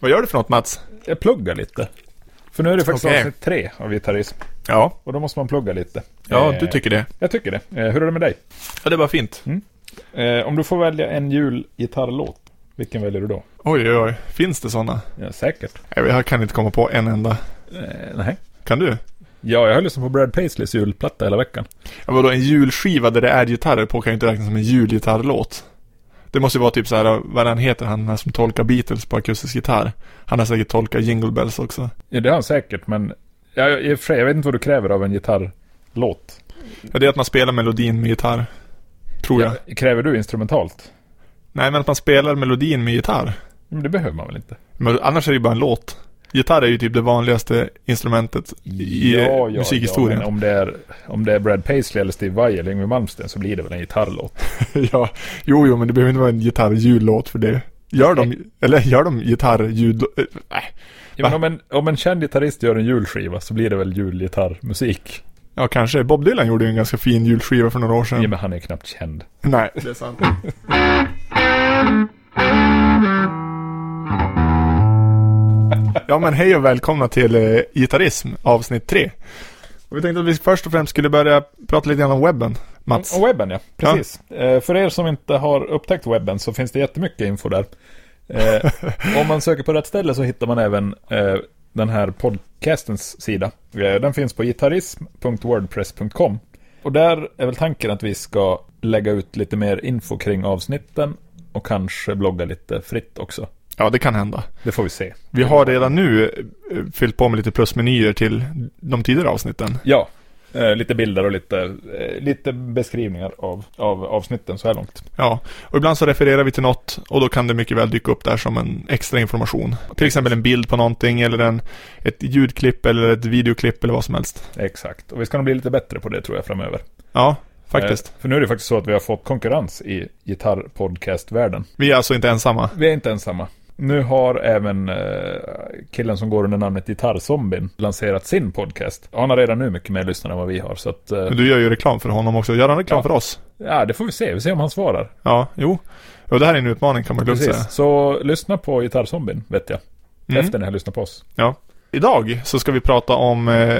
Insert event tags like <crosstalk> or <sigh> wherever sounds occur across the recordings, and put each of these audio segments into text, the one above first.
Vad gör du för något Mats? Jag pluggar lite. För nu är det faktiskt Okej. avsnitt tre av gitarrism. Ja, Och då måste man plugga lite. ja Eh, du tycker det. Jag tycker det. Eh, hur är det med dig? Ja, det var fint. Eh, om du får välja en julgitarrlåt, vilken väljer du då? Oj, oj, oj. Finns det sådana? Ja, säkert. Jag kan inte komma på en enda. Eh, nej. Kan du? Ja, jag har lyssnat på Brad Paisleys julplatta hela veckan. Ja, vadå, en julskiva där det är gitarrer på kan ju inte räknas som en julgitarrlåt. Det måste ju vara typ så här, vad han heter, han här som tolkar Beatles på akustisk gitarr. Han har säkert tolkat Jingle Bells också. Ja, det har han säkert, men ja, jag, i och för sig, jag vet inte vad du kräver av en gitarrlåt. Ja, det är att man spelar melodin med gitarr. Tror jag. Ja, kräver du instrumentalt? Nej, men att man spelar melodin med gitarr. Men det behöver man väl inte? Men annars är det ju bara en låt. Gitarr är ju typ det vanligaste instrumentet i eh, musikhistorien. men om, det är, om det är Brad Paisley eller Steve Vai eller Yngwie Malmsteen så blir det väl en gitarrlåt. <laughs> Ja, jo, jo, men det behöver inte vara en gitarrljudlåt för det. Gör de, eller gör de gitarrljud... eh, Nej. Ja, men om, en, om en känd gitarrist gör en julskiva så blir det väl julgitarrmusik? Ja, kanske. Bob Dylan gjorde ju en ganska fin julskiva för några år sedan. Ja, men han är knappt känd. Nej. Det är sant. <laughs> Ja men hej och välkomna till eh, Gitarrism avsnitt 3. Och vi tänkte att vi först och främst skulle börja prata lite grann om webben, Mats. Och webben, ja. Precis. Eh, för er som inte har upptäckt webben så finns det jättemycket info där. Eh, om man söker på rätt ställe så hittar man även eh, den här podcastens sida. Eh, den finns på gitarrism.wordpress.com. Och där är väl tanken att vi ska lägga ut lite mer info kring avsnitten och kanske blogga lite fritt också. Ja det kan hända. Det får vi se. Vi har redan nu eh, fyllt på med lite plusmenyer till de tidigare avsnitten. Ja, eh, lite bilder och lite, eh, lite beskrivningar av, av avsnitten så här långt. Ja, och ibland så refererar vi till något och då kan det mycket väl dyka upp där som en extra information. Till exempel en bild på någonting eller en, ett ljudklipp eller ett videoklipp eller vad som helst. Exakt, och vi ska nog bli lite bättre på det tror jag framöver. Ja, faktiskt. Eh, För nu är det faktiskt så att vi har fått konkurrens i gitarrpodcastvärlden. Vi är alltså inte ensamma. Vi är inte ensamma. Nu har även eh, killen som går under namnet Gitarrzombien lanserat sin podcast. Han har redan nu mycket mer lyssnare än vad vi har, så att... Eh, Men du gör ju reklam för honom också. Gör han reklam Ja. för oss? ja, det får vi se. Vi ser om han svarar. Ja, jo. Och det här är en utmaning kan man lugnt säga. Precis. Så lyssna på Gitarrzombien, vet jag. Mm. Efter ni har lyssnat på oss. Ja. Idag så ska vi prata om eh,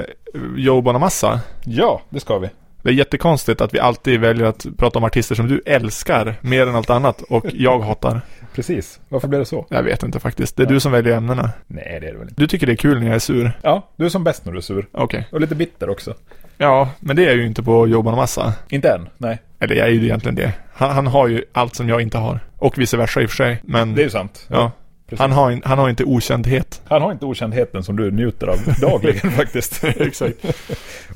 Joe Bonamassa. Ja, det ska vi. Det är jättekonstigt att vi alltid väljer att prata om artister som du älskar mer än allt annat och jag hatar. Precis. Varför blev det så? Jag vet inte faktiskt. Det är du som väljer ämnena. Nej, det är det väl inte. Du tycker det är kul när jag är sur. Ja, du är som bäst när du är sur. Okej. Och lite bitter också. Ja, men det är ju inte på Joe Bonamassa. Inte än, nej. Eller jag är ju egentligen det. Han, han har ju allt som jag inte har. Och vice versa i och för sig. Men Det är ju sant. ja, precis. han har, en- han har inte okändhet. Han har inte okändheten som du <laughs> njuter av dagligen faktiskt. Exakt.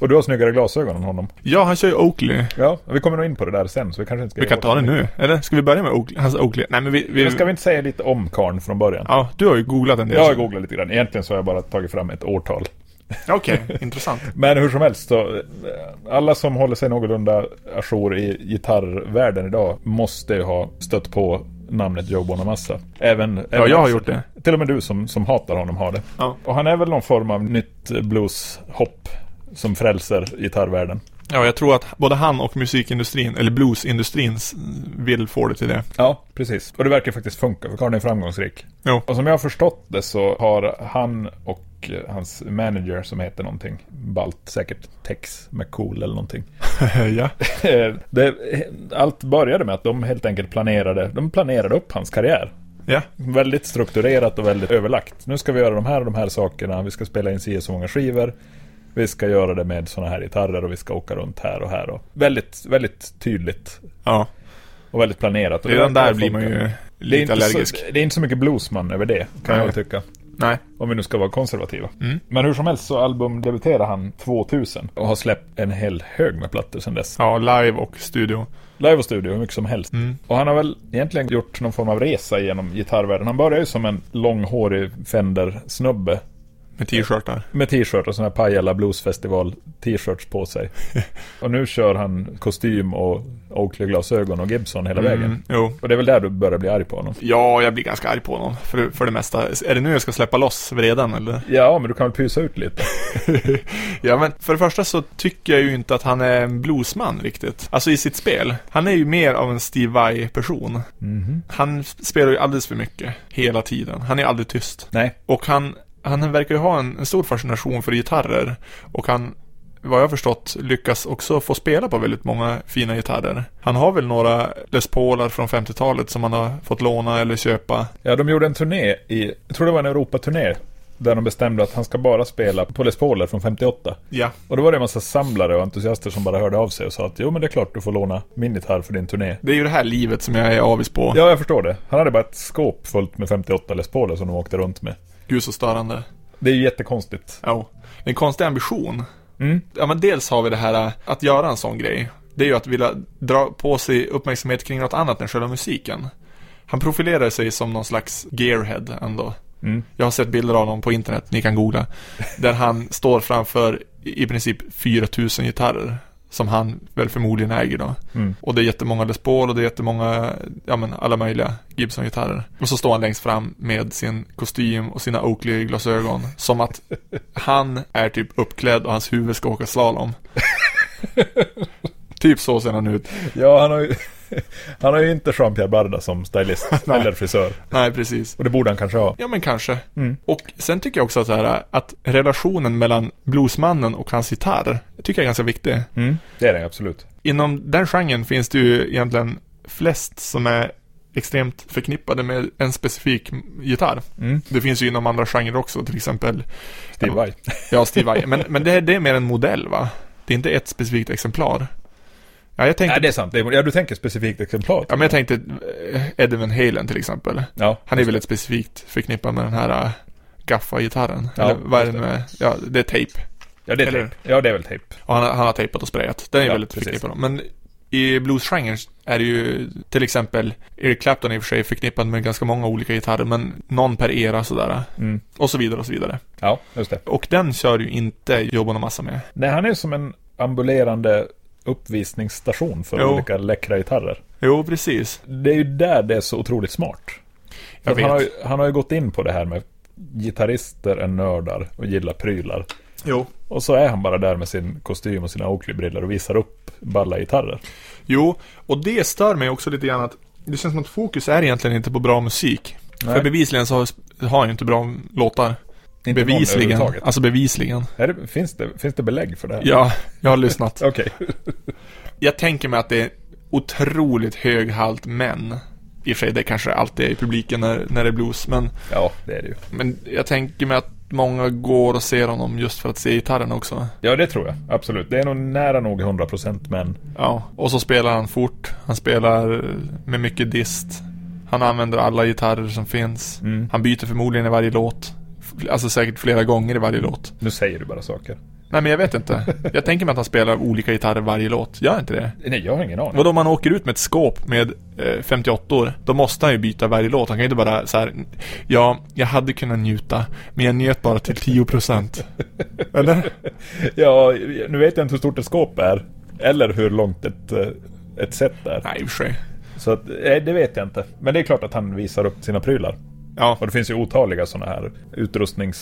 Och du har snyggare glasögon än honom. Ja, han kör ju Oakley. Ja, vi kommer nog in på det där sen så vi kanske inte ska... Vi kan ta det nu. Eller ska vi börja med Oakley? Hans Oakley? Nej, men vi... vi, Men ska vi inte säga lite om karn från början? Ja, du har ju googlat en del. Jag har googlat lite grann. Egentligen så har jag bara tagit fram ett årtal. <laughs> Okej, intressant. Men hur som helst så, eh, alla som håller sig någorlunda ajour i gitarrvärlden idag måste ju ha stött på namnet Joe Bonamassa. Även, Ja, även jag har gjort det. Till och med du som, som hatar honom har det. Ja. Och han är väl någon form av nytt blueshopp som frälser gitarrvärlden. Ja, jag tror att både han och musikindustrin, eller bluesindustrin, s- vill få det till det. Ja, precis. Och det verkar faktiskt funka, för karln är framgångsrik. Jo. Och som jag har förstått det så har han och eh, hans manager som heter någonting balt, säkert Tex McCool eller någonting. <laughs> <laughs> ja. Eh, det, allt började med att de helt enkelt planerade, de planerade upp hans karriär. Ja. Väldigt strukturerat och väldigt överlagt. Nu ska vi göra de här och de här sakerna, vi ska spela in si och så många skivor. Vi ska göra det med sådana här gitarrer och vi ska åka runt här och här. Och väldigt, väldigt tydligt Ja. och väldigt planerat. Och det Redan verkar där blir man funka. ju Det är, lite inte allergisk. Så, det är inte så mycket bluesman över det, kan Nej. jag tycka. Nej. Om vi nu ska vara konservativa. Mm. Men hur som helst så albumdebuterade han 2000 och har släppt en hel hög med plattor sedan dess. Ja, live och studio. Live och studio, hur mycket som helst. Mm. Och han har väl egentligen gjort någon form av resa genom gitarrvärlden. Han började ju som en långhårig Fender-snubbe Med t-shirtar. Med t-shirt och sån här Pajala Bluesfestival t-shirts på sig. och nu kör han kostym och Oakley-glasögon och Gibson hela vägen. Mm, jo. Och det är väl där du börjar bli arg på honom. Ja, jag blir ganska arg på honom. För, för det mesta. Är det nu jag ska släppa loss vreden eller? <laughs> Ja, men du kan väl pysa ut lite. ja men för det första så tycker jag ju inte att han är en bluesman riktigt. Alltså i sitt spel. Han är ju mer av en Steve Vai-person. Han sp- spelar ju alldeles för mycket. Hela tiden. Han är aldrig tyst. Nej. Och han, han verkar ju ha en, en stor fascination för gitarrer. Och han, vad jag har förstått, lyckas också få spela på väldigt många fina gitarrer. Han har väl några Les Paular från 50-talet som han har fått låna eller köpa. Ja, de gjorde en turné i, jag tror det var en Europaturné. Där de bestämde att han ska bara spela på Les Pauler från 58. Ja. Och då var det en massa samlare och entusiaster som bara hörde av sig och sa att jo men det är klart du får låna min gitarr för din turné. Det är ju det här livet som jag är avis på. Ja, jag förstår det. Han hade bara ett skåp fullt med 58 Les Pauler som de åkte runt med. Gud så störande. Det är ju jättekonstigt. Ja. Det är en konstig ambition. Ja men dels har vi det här äh, att göra en sån grej. Det är ju att vilja dra på sig uppmärksamhet kring något annat än själva musiken. Han profilerar sig som någon slags gearhead ändå. Mm. Jag har sett bilder av honom på internet, ni kan googla. Där han står framför i i princip 4000 gitarrer. Som han väl förmodligen äger då. Mm. Och det är jättemånga Les Paul och det är jättemånga, ja men alla möjliga Gibson-gitarrer. Och så står han längst fram med sin kostym och sina Oakley-glasögon. Som att han är typ uppklädd och hans huvud ska åka slalom. typ så ser han ut. Ja, han har ju, <laughs> han har ju inte Jean-Pierre Barda som stylist <laughs> Nej. eller frisör. Nej, precis. Och det borde han kanske ha. Ja, men kanske. Mm. Och sen tycker jag också att, så här, att relationen mellan bluesmannen och hans gitarr, tycker jag är ganska viktig. Det är det absolut. Inom den genren finns det ju egentligen flest som är extremt förknippade med en specifik gitarr. Mm. Det finns ju inom andra genrer också, till exempel Steve Vai. Ja, Steve Vai. Men, men det, är- det är mer en modell va? Det är inte ett specifikt exemplar. Ja, jag tänkte, Nej, det är sant. Det är, ja, du tänker specifikt exemplar. ja, men jag tänkte eh, Eddie Van Halen till exempel. Ja. Han är väl ett specifikt förknippad med den här äh, Gaffa-gitarren. Ja, Eller vad är just det det. med? Ja, det är tejp. Ja, det är Eller- tejp. Ja, det är väl tejp. Och han, har- han har tejpat och sprayat. Den är Ja, väldigt precis. förknippad. Men i bluesgenren är det ju till exempel Eric Clapton i och för sig förknippad med ganska många olika gitarrer. Men någon per era sådär. Mm. Och så vidare och så vidare. Ja, just det. Och den kör ju inte Jobban och Massa med. Nej, han är som en ambulerande uppvisningsstation för Jo. olika läckra gitarrer. Jo, precis. Det är ju där det är så otroligt smart. Jag För att han, har vet. ju, han har ju gått in på det här med gitarrister är nördar och gillar prylar. Jo. Och så är han bara där med sin kostym och sina Oakley-brillor och visar upp balla gitarrer. Jo, och det stör mig också lite grann att det känns som att fokus är egentligen inte på bra musik. Nej. För bevisligen så har, har jag inte bra låtar. Inte någon bevisligen. överhuvudtaget. Alltså bevisligen. Är det, finns, det, finns det belägg för det här? Ja, jag har lyssnat. Okej. Jag tänker mig att det är otroligt hög halt män. I och för sig, det kanske alltid är i publiken när, när det är blues, men, Ja, det är det ju. men jag tänker mig att många går och ser honom just för att se gitarren också. Ja, det tror jag. Absolut. Det är nog nära nog 100% men... Ja, och så spelar han fort. Han spelar eh, med mycket dist. Han använder alla gitarrer som finns. Mm. Han byter förmodligen i varje låt. F- Alltså säkert flera gånger i varje låt. Nu säger du bara saker. Nej men jag vet inte. Jag tänker mig att han spelar olika gitarrer varje låt. Gör inte det? Nej, jag har ingen aning. Vadå om han åker ut med ett skåp med eh, 58 då måste han ju byta varje låt. Han kan ju inte bara så här. Ja, jag hade kunnat njuta, men jag njöt bara till <laughs> 10%. Eller? Ja, nu vet jag inte hur stort ett skåp är. Eller hur långt ett, eh, ett set är. Nej, i och för sig. Så att, nej, det vet jag inte. Men det är klart att han visar upp sina prylar. Ja, Och det finns ju otaliga sådana här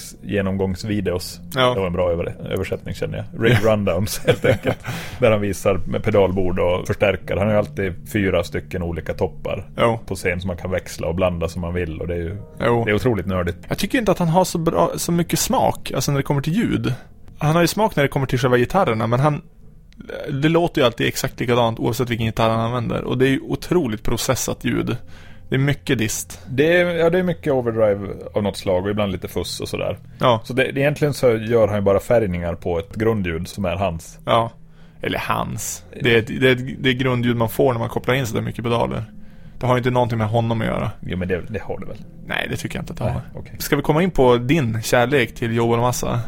utrustningsgenomgångsvideos. Ja. Det var en bra över, översättning känner jag. Rig Rundowns helt enkelt. Där han visar med pedalbord och förstärkare. Han har ju alltid fyra stycken olika toppar jo, på scen som man kan växla och blanda som man vill. Och det är ju jo. det är otroligt nördigt. Jag tycker inte att han har så, bra, så mycket smak, alltså när det kommer till ljud. Han har ju smak när det kommer till själva gitarrerna, men han... Det låter ju alltid exakt likadant oavsett vilken gitarr han använder. Och det är ju otroligt processat ljud. Det är mycket dist. Det är, ja, det är mycket overdrive av något slag och ibland lite fuss och sådär. Ja, Så det, det, egentligen så gör han ju bara färgningar på ett grundljud som är hans. ja. Eller hans. Det är, ett, det, är ett, det är grundljud man får när man kopplar in så där mycket pedaler. Det har ju inte någonting med honom att göra. Jo men det, det har det väl? Nej, det tycker jag inte att det har. Okej. Ska vi komma in på din kärlek till Joel Massa?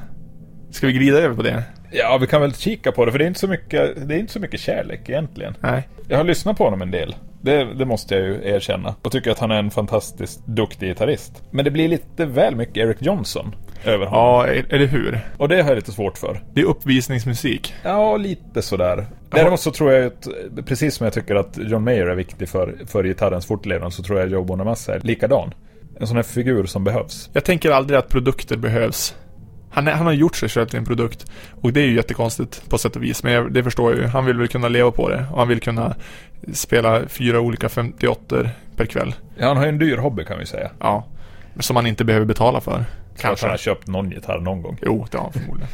Ska vi glida över på det? Ja, vi kan väl kika på det för det är inte så mycket, det är inte så mycket kärlek egentligen. Nej. Jag har lyssnat på honom en del. Det, det måste jag ju erkänna. Och tycker att han är en fantastiskt duktig gitarrist. Men det blir lite väl mycket Eric Johnson. över honom. Ja, e- eller hur? Och det har jag lite svårt för. Det är uppvisningsmusik. Ja, lite sådär. Däremot så tror jag ju att, eh, precis som jag tycker att John Mayer är viktig för, för gitarrens fortlevnad, så tror jag Joe Bonamassa är likadan. En sån här figur som behövs. Jag tänker aldrig att produkter behövs. Han, är, han har gjort sig själv till en produkt. Och det är ju jättekonstigt på sätt och vis. Men jag, det förstår jag ju. Han vill väl kunna leva på det. Och han vill kunna spela fyra olika 58 per kväll. Ja, han har ju en dyr hobby kan vi säga. Ja. Som han inte behöver betala för. Kanske han Kanske. har köpt någon gitarr någon gång. Jo, det har han förmodligen.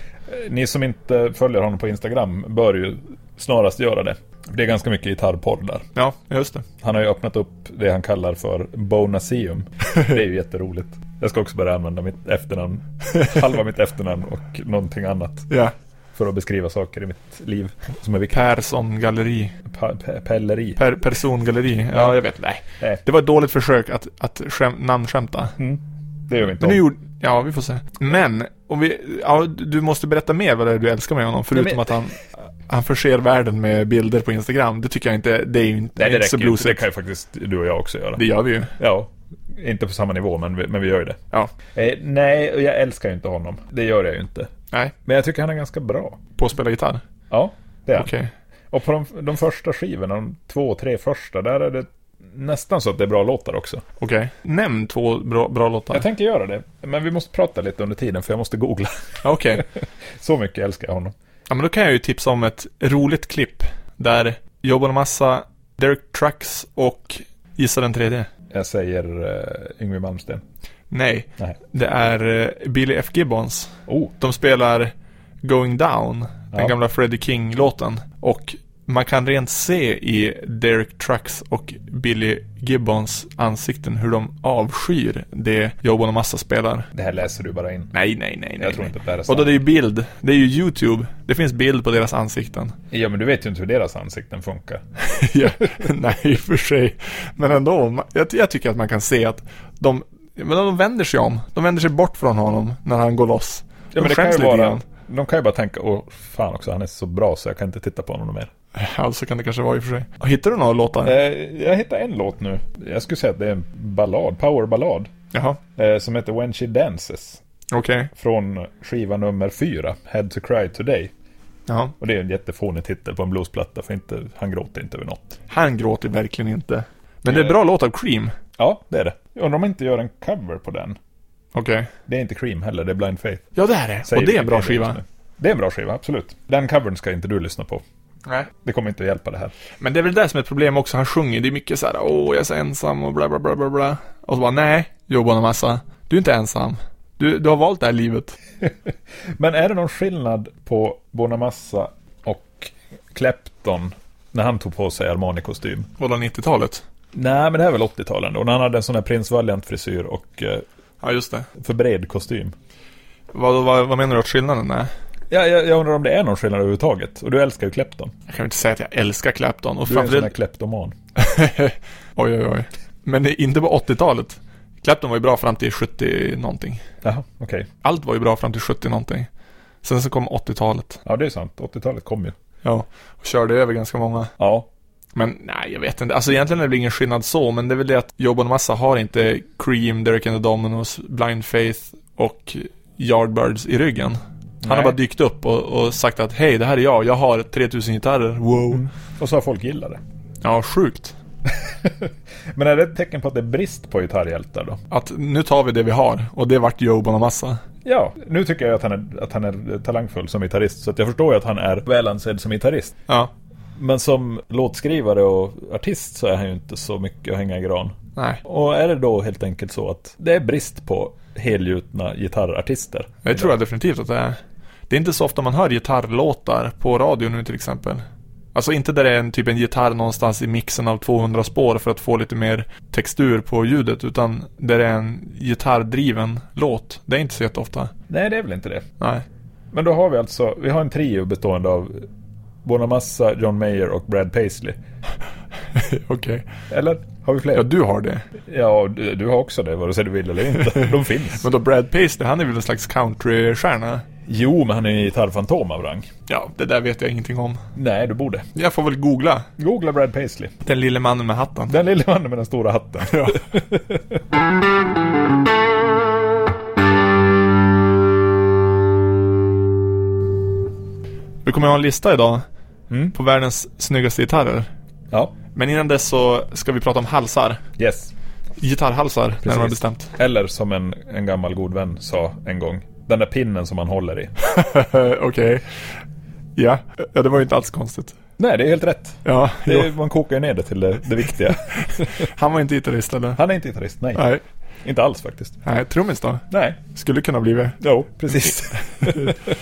Eh, Ni som inte följer honom på Instagram bör ju snarast göra det. Det är ganska mycket gitarrporr där. Ja, just det. Han har ju öppnat upp det han kallar för <laughs> Bonaseum. Det är ju jätteroligt. Jag ska också börja använda mitt efternamn. Halva mitt efternamn och någonting annat. Ja. För att beskriva saker i mitt liv som är viktigt. Persson-galleri. Pa- pe- pelleri. Eh, Per, persongalleri. Ja, jag vet. Nej. Nej, Det var ett dåligt försök att, att skäm, namnskämta. mm. det gör vi inte Men nu om. gjorde... Ja, vi får se. Men, om vi... Ja, du måste berätta mer vad det är du älskar med honom. Förutom Nej, men- att han... Han förser världen med bilder på Instagram. Det tycker jag inte... Det är ju inte, Nej, det inte så räcker ju inte. Det bluesigt. kan ju faktiskt du och jag också göra. Det gör vi ju. Ja, inte på samma nivå, men vi, men vi gör ju det. Ja. Eh, nej, och jag älskar ju inte honom. Det gör jag ju inte. Nej. Men jag tycker han är ganska bra. På att spela gitarr. Ja, det är han. Okej. Och på de, de första skivorna, de två, tre första, där är det nästan så att det är bra låtar också. Okej. Nämn två bra, bra låtar. Jag tänker göra det, men vi måste prata lite under tiden för jag måste googla. <laughs> Ja, Okej. Så mycket älskar jag honom. Ja, men då kan jag ju tipsa om ett roligt klipp. Där Jobban Massa, Derek Trucks och Gissa den tredje. Jag säger eh, Yngwie Malmsteen. Nej. Nej. Det är eh, Billy F. Gibbons. Oh, De spelar Going Down, den Ja. gamla Freddie King-låten. Och man kan rent se i Derek Trucks och Billy Gibbons ansikten hur de avskyr det Joe Bonamassa spelar. det här läser du bara in. Nej, nej, nej, nej. Jag tror inte att det här är Och då sant. det är ju bild. Det är ju YouTube. Det finns bild på deras ansikten. Ja, men du vet ju inte hur deras ansikten funkar. Ja, nej, i och för sig. Men ändå, ma- jag, jag tycker att man kan se att de, men de vänder sig om. De vänder sig bort från honom när han går loss. De Ja, men det kan skäms ju lite vara... grann. De kan ju bara tänka, åh fan också, han är så bra så jag kan inte titta på honom mer. Alltså kan det kanske vara i och för sig. Hittar du några låtar? Eh, jag hittade en låt nu. Jag skulle säga att det är en ballad, powerballad. Jaha, Eh, som heter When She Dances. okej. Från skiva nummer fyra, Head to Cry Today. Jaha. Och det är en jättefånig titel på en bluesplatta för inte, han gråter inte över något. Han gråter verkligen inte. Men det är Eh. en bra låt av Cream. Ja, det är det. Jag Undrar om man inte gör en cover på den. Okej. Det är inte Cream heller, det är Blind Faith. Ja, det är det. Säger Och det är en bra Wikipedia skiva. just nu. Det är en bra skiva, absolut. Den covern ska inte du lyssna på. Nej. Det kommer inte att hjälpa det här. Men det är väl det som är ett problem också. Han sjunger. Det är mycket så här, åh, jag är så ensam och bla, bla, bla, bla, bla. Och så bara, nej, jobbar en massa. Du är inte ensam. Du, du har valt det här livet. Men är det någon skillnad på Bonamassa och Clapton när han tog på sig Armani-kostym? Kolla 90-talet. Nej, men det här är väl 80-tal ändå. När han hade en sån här Prins Valiant-frisyr och eh, Ja, just det. för bred kostym. Vad, vad, vad menar du att skillnaden är? Ja, jag, jag undrar om det är någon skillnad överhuvudtaget. Och du älskar ju Clapton. Jag kan ju inte säga att jag älskar Clapton. Och Du är en sån här framförallt... kleptoman. <laughs> oj, oj, oj. Men det är inte på 80-talet. Clapton var ju bra fram till 70 någonting. Jaha, okej. Allt var ju bra fram till 70 någonting. Sen så kom 80-talet. Ja, det är sant. 80-talet kom ju. Ja. Och körde över ganska många. Ja. Men nej, jag vet inte. Alltså egentligen är det väl ingen skillnad så, men det är väl det att Joe Massa har inte Cream, Derek and the Dominos, Blind Faith och Yardbirds i ryggen. Han har Nej. bara dykt upp och, och sagt att hej, det här är jag. Jag har 3000 gitarrer. Wow. Mm. Och så har folk gillat det. Ja, sjukt. Men är det ett tecken på att det är brist på gitarrhjältar då? Att nu tar vi det vi har och det vart Joe Massa. Ja, nu tycker jag att han är, att han är talangfull som gitarrist. Så att jag förstår ju att han är välansedd som gitarrist. Ja. Men som låtskrivare och artist så är han ju inte så mycket att hänga i gran. Nej. Och är det då helt enkelt så att det är brist på helgjutna gitarrartister? Det tror jag definitivt att det är. Det är inte så ofta man hör gitarrlåtar på radio nu till exempel. Alltså inte där det är en, typ en gitarr någonstans i mixen av 200 spår för att få lite mer textur på ljudet utan där det är en gitarrdriven låt. Det är inte så jätteofta. Nej, det är väl inte det. Nej. <laughs> Men då har vi alltså, vi har en trio bestående av Bonamassa, John Mayer och Brad Paisley. Okej. Eller? Har vi fler? Ja, du har det. Ja, du, du har också det, vare sig du vill eller <laughs> inte. De finns. Men då Brad Paisley, han är väl en slags countrystjärna? Jo, men han är ju en gitarrfantom av rang. Ja, det där vet jag ingenting om. Nej, du borde. Jag får väl googla. Googla Brad Paisley. Den lille mannen med hatten. Den lille mannen med den stora hatten. Ja. Vi kommer ha en lista idag Mm. på världens snyggaste gitarrer. <laughs> Ja, Men innan dess så ska vi prata om halsar. yes. Gitarrhalsar, närmare Precis. bestämt. Eller som en, en gammal god vän sa en gång. Den där pinnen som man håller i. <laughs> Okej. Ja. ja, det var ju inte alls konstigt. Nej, det är helt rätt. Ja, Det är, jo. man kokar ju ner det till det, det viktiga. han var inte gitarrist eller? Han är inte gitarrist, nej. Nej. Inte alls faktiskt. Nej, trummis då? Nej, Skulle kunna bli det. jo, precis. <laughs>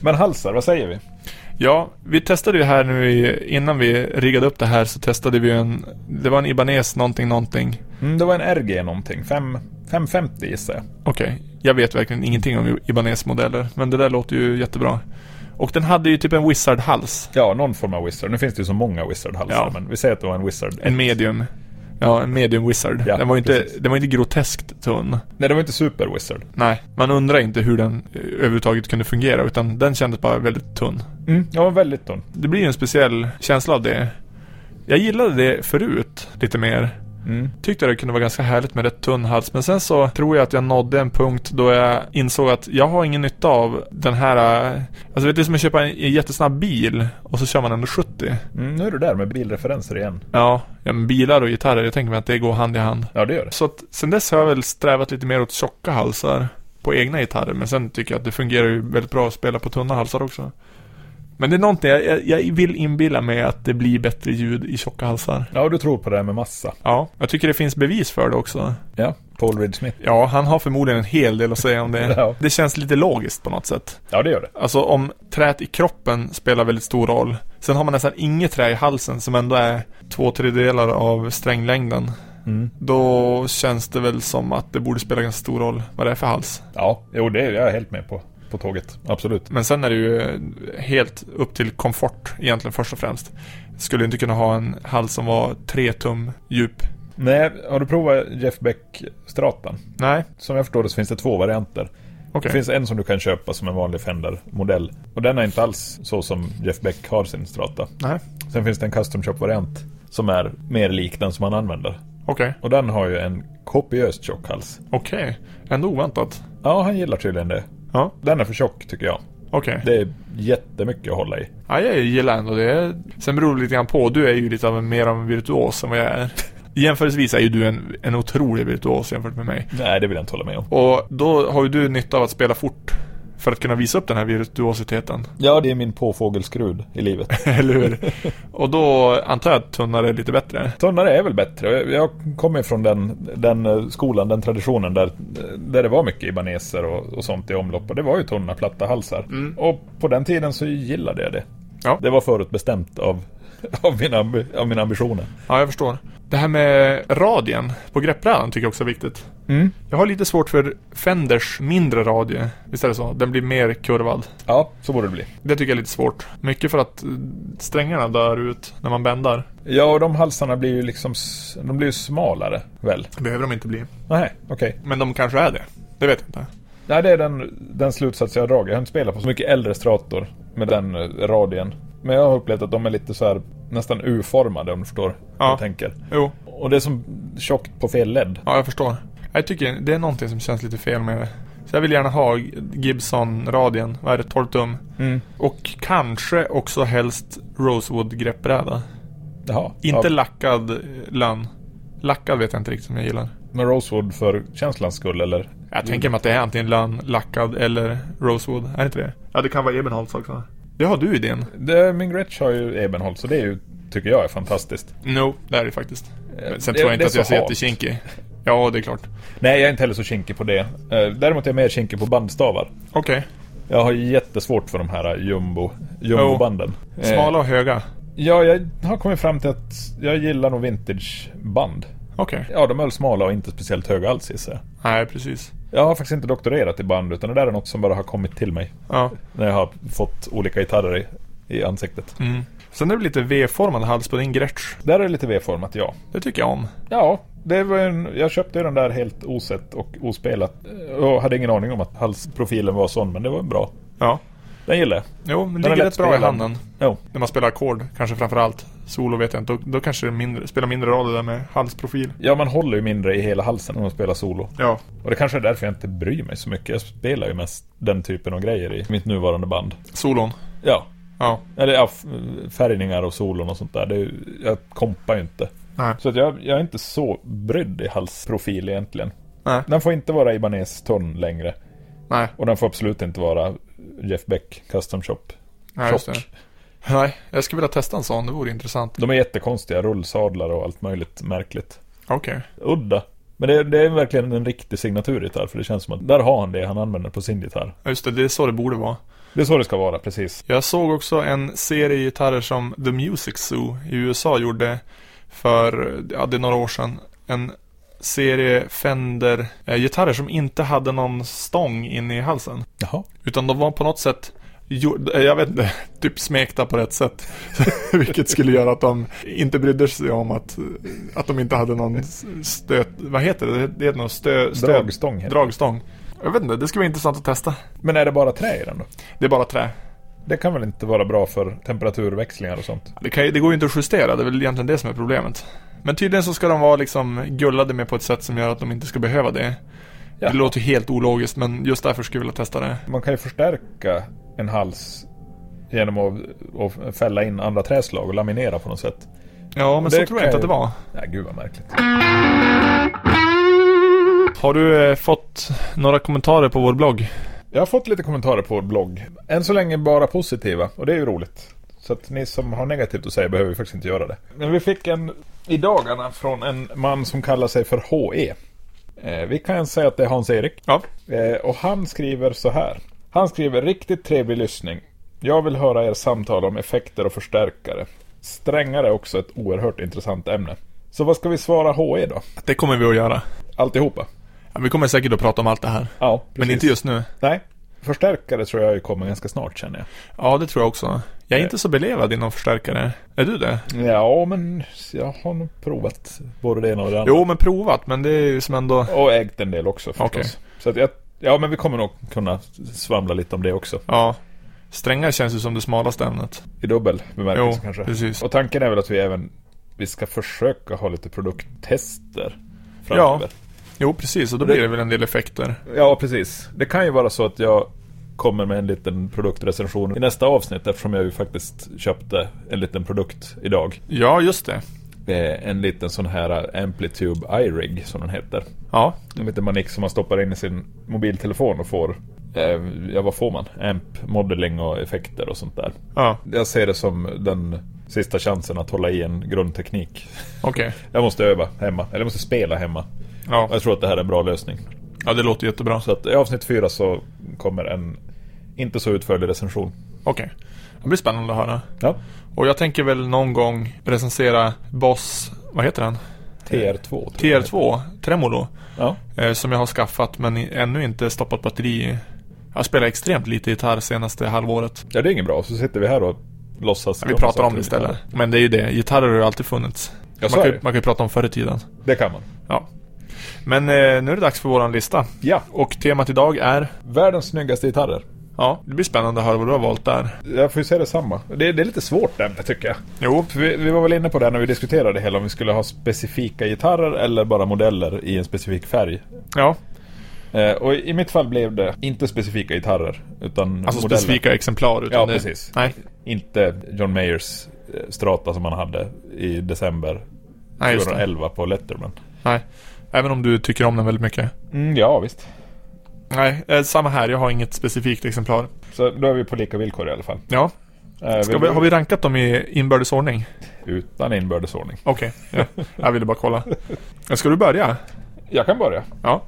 Men halsar, vad säger vi? Ja, vi testade ju här nu i, innan vi riggade upp det här så testade vi ju en, det var en Ibanez någonting någonting. Mm, det var en RG någonting, Fem- 550 gissar jag. Okej, jag vet verkligen ingenting om Ibanez-modeller, men det där låter ju jättebra. Och den hade ju typ en Wizard-hals. Ja, någon form av Wizard. Nu finns det ju så många Wizard-halsar, Ja. men vi säger att det var en Wizard. En medium. Ja, en medium Wizard. Ja, den, var ju inte, precis. den var inte groteskt tunn. Nej, det var inte Super Wizard. Nej, man undrar inte hur den eh, överhuvudtaget kunde fungera, utan den kändes bara väldigt tunn. Mm, jag var väldigt tunn. Det blir ju en speciell känsla av det. Jag gillade det förut, lite mer. Mm. Tyckte det kunde vara ganska härligt med rätt tunn hals men sen så tror jag att jag nådde en punkt då jag insåg att jag har ingen nytta av den här äh, Alltså vet du det är som att köpa en, en jättesnabb bil och så kör man 170 Mm, nu är du där med bilreferenser igen. Ja, ja men bilar och gitarrer, jag tänker mig att det går hand i hand Ja, det gör det. Så att sen dess har jag väl strävat lite mer åt tjocka halsar på egna gitarrer men sen tycker jag att det fungerar ju väldigt bra att spela på tunna halsar också Men det är någonting, jag, jag, jag vill inbilla mig att det blir bättre ljud i tjocka halsar Ja, du tror på det här med massa. Ja, jag tycker det finns bevis för det också Ja, Paul Reed Smith. Ja, han har förmodligen en hel del att säga om det. Ja. Det känns lite logiskt på något sätt. Ja, det gör det. Alltså om träet i kroppen spelar väldigt stor roll. Sen har man nästan inget trä i halsen som ändå är två tredjedelar av stränglängden. Mm. Då känns det väl som att det borde spela ganska stor roll vad det är för hals. Ja, jo, det är jag helt med på. På tåget, absolut. Men sen är det ju eh, helt upp till komfort egentligen först och främst. Skulle inte kunna ha en hals som var tre tum djup. Nej, har du provat Jeff Beck-stratan? Nej, Som jag förstår det så finns det två varianter. okej. Det finns en som du kan köpa som en vanlig Fender-modell. Och den är inte alls så som Jeff Beck har sin Strata. Nej, Sen finns det en custom shop-variant som är mer lik den som han använder. okej. Och den har ju en kopiöst tjock hals. Okej. Ändå oväntat. Ja, han gillar tydligen det. Ja, Den är för tjock tycker jag. okej. Det är jättemycket att hålla i. Ja, jag gillar ändå det. Sen beror det lite grann på. Du är ju lite av en, mer av en virtuos än vad jag är. Jämförelsevis är ju du en, en otrolig virtuos jämfört med mig. Nej, det vill jag inte hålla med om. Och då har ju du nytta av att spela fort. För att kunna visa upp den här virtuositeten. Ja, det är min påfågelskrud i <laughs> livet. Eller hur? Och då antar jag att tunnare är lite bättre. Tunnare är väl bättre. Jag- Jag kommer från den, den eh, skolan, den traditionen där, där det var mycket ibaneser och, och sånt i omlopp. Och det var ju tunna, platta halsar. Och på den tiden så gillade jag det. Ja. Det var förutbestämt av, <laughs> av, mina, ambi- av mina ambitioner. Ja, jag förstår. Det här med radien på greppbrädan tycker jag också är viktigt. Jag har lite svårt för Fenders mindre radie. Visst är det så? Den blir mer kurvad. Ja, så borde det bli. Det tycker jag är lite svårt. Mycket för att eh, strängarna dör ut när man bändar. Ja, och de halsarna blir ju liksom s- de blir ju smalare, väl? behöver de inte bli. Nej, okej. Men de kanske är det. Det vet jag inte. Nej, det är den, den slutsats jag har dragit. Jag har inte spelat på så mycket äldre strator med den eh, radien. Men jag har upplevt att de är lite så här nästan U-formade om du förstår hur Ja. jag tänker. Jo, Och det är som tjockt på fel led. ja jag förstår. Jag tycker det är någonting som känns lite fel med det. Så jag vill gärna ha Gibson-radien. Vad är det? 12 tum. Mm. Och kanske också helst Rosewood-greppbräda. Jaha. Inte Ja, lackad eh, lönn. Lackad vet jag inte riktigt om jag gillar. med Rosewood för känslans skull eller? Jag tänker mig att det är antingen lönn, lackad eller Rosewood. Är det inte det? Ja, det kan vara Ebenholz också. Det har du idén. Det, min Gretsch har ju Ebenholz så det är ju, tycker jag är fantastiskt. No, det är det faktiskt. Men sen Eh, det- tror jag det inte är att jag så ser halt. jättekinkig. Ja, det är klart. Nej, jag är inte heller så kinkig på det. Eh, Däremot är jag mer kinkig på bandstavar. Okej. Jag har jättesvårt för de här eh, jumbo, jumbo-banden. Eh, Smala och höga. Ja, jag har kommit fram till att jag gillar nog vintageband. Okej. Ja, de är väl smala och inte speciellt höga alls gissar jag. Nej, precis. Jag har faktiskt inte doktorerat i band utan det där är något som bara har kommit till mig. Ja. När jag har fått olika gitarrer i, i ansiktet. Mm. Sen är det lite V-formad hals på din Gretsch. Där är det lite V-format, ja. Det tycker jag om. Ja, det var en, jag köpte ju den där helt osett och ospelat. eh, Och hade ingen aning om att halsprofilen var sån, men det var bra. Ja. Den gillar jag. Jo, men Den ligger är rätt bra i lättspelad. handen. Jo. När man spelar ackord, kanske framför allt. Solo vet jag inte. Då, då kanske det mindre, spelar mindre roll det där med halsprofil. Ja, man håller ju mindre i hela halsen om man spelar solo. Ja. Och det kanske är därför jag inte bryr mig så mycket. Jag spelar ju mest den typen av grejer i mitt nuvarande band. Solon. Ja, Ja. eller ja, f- färgningar och solon och sånt där. Det är, ju- jag kompar ju inte. Nej. Så att jag, jag är inte så brydd i halsprofil egentligen. Nej. Den får inte vara Ibanez ton längre. Nej. Och den får absolut inte vara Jeff Beck Custom Shop. Nej, just det. Chock. Nej, jag skulle vilja testa en sån. Det vore intressant. De är jättekonstiga, rullsadlar och allt möjligt märkligt. Okej. Udda. Men det, det är verkligen en riktig signaturgitarr för det känns som att där har han det han använder på sin gitarr. Ja, Just det, det är så det borde vara. Det är så det ska vara, precis. Jag såg också en serie gitarrer som The Music Zoo i USA gjorde för, ja det är några år sedan. En serie Fender-gitarrer som inte hade någon stång inne i halsen. Jaha. Utan de var på något sätt gjord- eh, jag vet inte, <laughs> typ smekta på rätt sätt. <laughs> Vilket skulle göra att de inte brydde sig om att, att de inte hade någon s- stöt, vad heter det? Det heter någon stö, stöd, Dragstång heter det. dragstång. Jag vet inte, det skulle vara intressant att testa. Men är det bara trä i den då? Det är bara trä. Det kan väl inte vara bra för temperaturväxlingar och sånt? Det, kan, ju- det går ju inte att justera, det är väl egentligen det som är problemet. Men tydligen så ska de vara liksom gullade med på ett sätt som gör att de inte ska behöva det. Ja. Det låter ju helt ologiskt men just därför skulle jag vilja testa det. Man kan ju förstärka en hals genom att, att fälla in andra träslag och laminera på något sätt. Ja, men Det så tror jag kan inte att det ju- var. Nej, gud vad märkligt. Har du eh, fått några kommentarer på vår blogg? Jag har fått lite kommentarer på vår blogg. Än så länge bara positiva och det är ju roligt. Så att ni som har negativt att säga behöver ju faktiskt inte göra det. Men vi fick en i dagarna från en man som kallar sig för HE. Eh, vi kan säga att det är Hans-Erik. Ja. Eh, och han skriver så här. Han skriver riktigt trevlig lyssning. Jag vill höra er samtala om effekter och förstärkare. Strängar är också ett oerhört intressant ämne. Så vad ska vi svara HE då? Det kommer vi att göra. Alltihopa? Ja, vi kommer säkert att prata om allt det här. Ja, Men inte just nu. Nej. Förstärkare tror jag ju kommer ganska snart känner jag. Ja, det tror jag också. Jag är Nej. inte så belevad inom förstärkare. Är du det? Eh. Ja, men jag har nog provat både det ena och det andra. Jo, men provat. Men det är ju som ändå... Och ägt en del också förstås. Okej. Så att jag, ja, men vi kommer nog kunna svamla lite om det också. Ja. Strängar känns ju som det smalaste ämnet. I dubbel bemärkelse Jo, kanske. precis. Och tanken är väl att vi även vi ska försöka ha lite produkttester framöver. Jo, precis. Och då blir det väl en del effekter. Ja. precis. Det kan ju vara så att jag kommer med en liten produktrecension i nästa avsnitt eftersom jag ju faktiskt köpte en liten produkt idag. Ja, just det. Eh, En liten sån här Amplitube iRig som den heter. Ja. en liten manik som man stoppar in i sin mobiltelefon och får eh, Ja vad får man? Amp, modeling och effekter och sånt där. Ja, Jag ser det som den sista chansen att hålla i en grundteknik. okej. Jag måste öva hemma, eller jag måste spela hemma. Och Ja. jag tror att det här är en bra lösning. ja, det låter jättebra. Så att i avsnitt fyra så kommer en inte så utförlig recension. Okej. Det blir spännande att höra. Ja. Och jag tänker väl någon gång recensera Boss... Vad heter den? TR2. tror jag. TR2, Tremolo. Ja. Eh, som jag har skaffat men i- ännu inte stoppat batteri i. Jag spelar extremt lite gitarr senaste halvåret. ja, det är inget bra. Så sitter vi här och låtsas. Vi pratar om det istället. Men det är ju det, gitarrer har ju alltid funnits. Ja, så man, är kan, ju- det. man kan ju prata om förr i tiden. Det kan man. Ja. Men eh, nu är det dags för våran lista. Ja. Och temat idag är... Världens snyggaste gitarrer. Ja, det blir spännande att höra vad du har valt där. Jag får ju säga detsamma. Det, det är lite svårt ämne tycker jag. Jo. För Vi, vi var väl inne på det när vi diskuterade det hela om vi skulle ha specifika gitarrer eller bara modeller i en specifik färg. Ja, Eh, och i mitt fall blev det inte specifika gitarrer utan alltså modeller. specifika exemplar. Utan Ja, det, precis. Nej, Inte John Mayers eh, Strata som han hade i december nej just det. 2011 på Letterman. Nej. Även om du tycker om den väldigt mycket. Mm, ja, visst. Nej, eh, samma här. Jag har inget specifikt exemplar. Så då är vi på lika villkor i alla fall. Ja. Eh, Ska vi, har vi rankat dem i inbördes ordning? Utan inbördes ordning. Okej, ja. jag ville bara kolla. Ska du börja? <laughs> Jag kan börja. Mm, Ja.